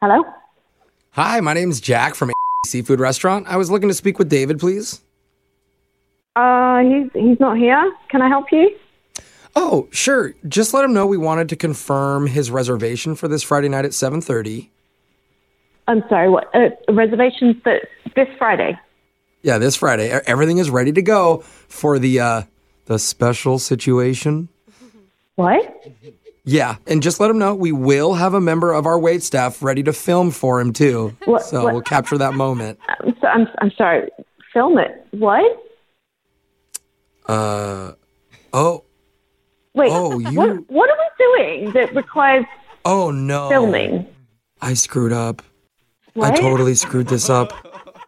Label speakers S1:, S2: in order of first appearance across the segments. S1: Hello?
S2: Hi, my name's Jack from Seafood Restaurant. I was looking to speak with David, please.
S1: Uh, he's, he's not here. Can I help you?
S2: Oh, sure. Just let him know we wanted to confirm his reservation for this Friday night at 7:30.
S1: I'm sorry, what? Uh, reservations that this Friday.
S2: Yeah, this Friday. E- Everything is ready to go for the uh the special situation.
S1: What?
S2: Yeah, and just let him know we will have a member of our wait staff ready to film for him too.
S1: What-
S2: so
S1: what-
S2: we'll capture that moment.
S1: I'm, so, I'm, I'm sorry. Film it. What?
S2: Uh oh,
S1: Wait,
S2: Oh, you-
S1: what, what are we doing that requires
S2: oh no.
S1: filming?
S2: I screwed up.
S1: What?
S2: Oh, I totally screwed this up.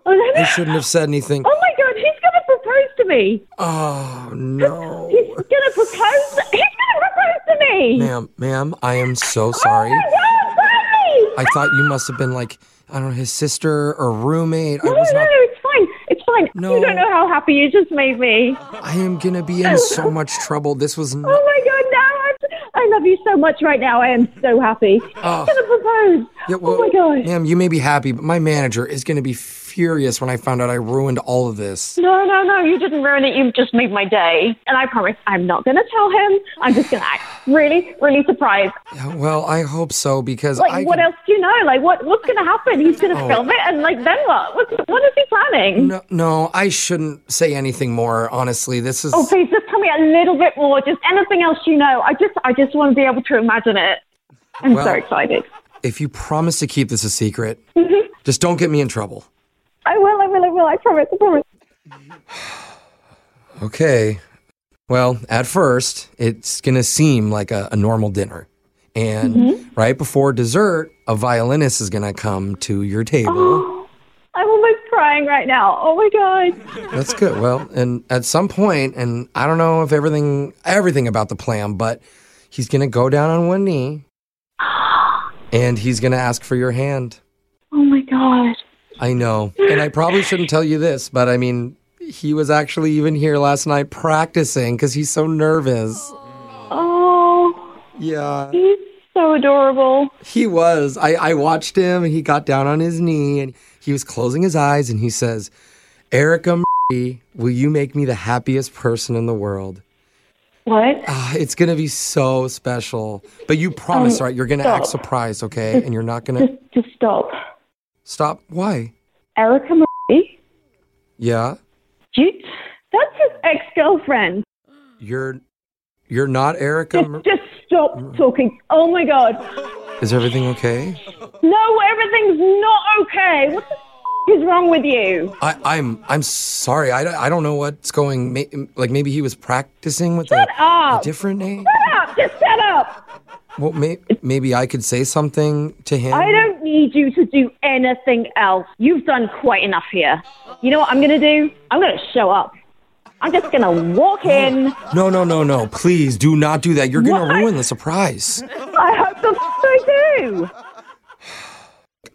S1: Oh, no, no.
S2: I shouldn't have said anything.
S1: Oh my god, he's gonna propose to me.
S2: Oh no.
S1: He's gonna propose. He's gonna propose to me.
S2: Ma'am, ma'am, I am so sorry.
S1: Oh my god, Bradley!
S2: I thought you must have been like, I don't know, his sister or roommate. I
S1: No,
S2: was
S1: Oh, no,
S2: not.
S1: it's fine. It's fine.
S2: No.
S1: You don't know how happy you just made me.
S2: I am gonna be in so much trouble. This was
S1: Oh
S2: not.
S1: my god, now I'm, I love you so much right now. I am so happy.
S2: Oh.
S1: He's gonna propose.
S2: Yeah, well,
S1: oh my god.
S2: Ma'am, you may be happy, but my manager is gonna be furious when I found out I ruined all of this.
S1: No, no, no, you didn't ruin it. You just made my day. And I promise I'm not going to tell him. I'm just going to act really, really surprised.
S2: Yeah, well, I hope so because
S1: Like,
S2: I.
S1: what
S2: can- Oh.
S1: else do you know? Like, what what's going to happen? He's going to film it, and like, then what? What's, what is he planning?
S2: No, no, I shouldn't say anything more. Honestly, this is.
S1: Oh, please, just tell me a little bit more. Just anything else you know. I just, I just want to be able to imagine it. I'm
S2: Well-
S1: so excited.
S2: if you promise to keep this a secret,
S1: Mm-hmm.
S2: just don't get me in trouble.
S1: I will, I will, I will. I promise, I promise.
S2: Okay. Well, at first, it's going to seem like a, a normal dinner. And right before dessert, a violinist is going to come to your table.
S1: I'm almost crying right now. Oh my god.
S2: That's good. Well, and at some point, and I don't know if everything everything about the plan, but he's going to go down on one knee and he's going to ask for your hand.
S1: Oh my god.
S2: I know. And I probably shouldn't tell you this, but I mean, he was actually even here last night practicing cuz he's so nervous.
S1: Oh,
S2: Yeah.
S1: he's so adorable.
S2: He was. I, I watched him and he got down on his knee and he was closing his eyes and he says, Erica, Marie, will you make me the happiest person in the world?
S1: What?
S2: Ah, it's going to be so special. But you promise, right? You're going to act
S1: stop.
S2: surprised, okay? And you're not going to
S1: Just, just stop.
S2: stop. Why?
S1: Erica Marie?
S2: Yeah.
S1: You, that's his ex girlfriend.
S2: You're you're not Erica.
S1: Just,
S2: Mar-
S1: just stop talking. Oh my god.
S2: Is everything okay?
S1: No, everything's not okay. What the f- is wrong with you?
S2: I, I'm I'm sorry. I, don't- I don't know what's going. ma- Like maybe he was practicing with a,
S1: Shut
S2: a
S1: up.
S2: different name.
S1: Shut up. Just shut up.
S2: Well, may, maybe I could say something to him.
S1: I don't need you to do anything else. You've done quite enough here. You know what I'm going to do? I'm going to show up. I'm just going to walk in.
S2: No, no, no, no. Please do not do that. You're going to
S1: What?
S2: ruin the surprise.
S1: I hope the f- I do.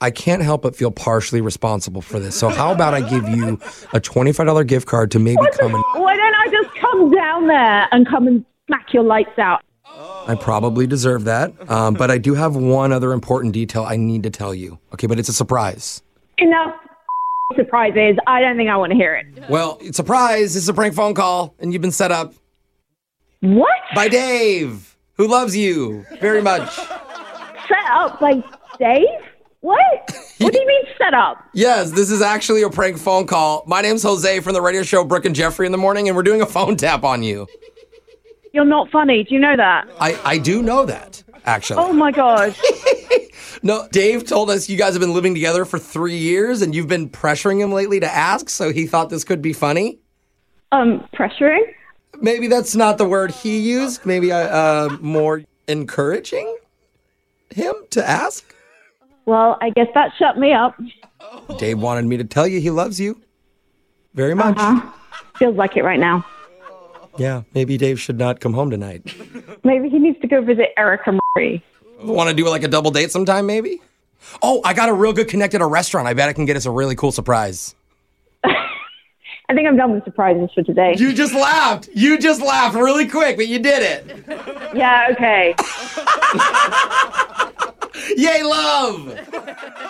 S2: I can't help but feel partially responsible for this. So, how about I give you a $25 gift card to maybe come and.
S1: Why don't I just come down there and come and smack your lights out?
S2: I probably deserve that. Um, but I do have one other important detail I need to tell you. Okay, but it's a surprise.
S1: Enough surprises. I don't think I want to hear it.
S2: Well, it's a surprise. It's a prank phone call, and you've been set up
S1: What?
S2: by Dave, who loves you very much.
S1: Set up by Dave? What? What do you mean set up?
S2: Yes, this is actually a prank phone call. My name's Jose from the radio show Brooke and Jeffrey in the morning, and we're doing a phone tap on you.
S1: You're not funny. Do you know that?
S2: I, I do know that, actually.
S1: Oh my god.
S2: No, Dave told us you guys have been living together for three years and you've been pressuring him lately to ask, so he thought this could be funny.
S1: Um, pressuring?
S2: Maybe that's not the word he used. Maybe I, uh, more encouraging him to ask.
S1: Well, I guess that shut me up.
S2: Dave wanted me to tell you he loves you very much.
S1: Feels like it right now.
S2: Yeah, maybe Dave should not come home tonight.
S1: Maybe he needs to go visit Erica Marie.
S2: Want to do like a double date sometime, maybe? Oh, I got a real good connect at a restaurant. I bet I can get us a really cool surprise.
S1: I think I'm done with surprises for today.
S2: You just laughed. You just laughed really quick, but you did it.
S1: Yeah, okay.
S2: Yay, love!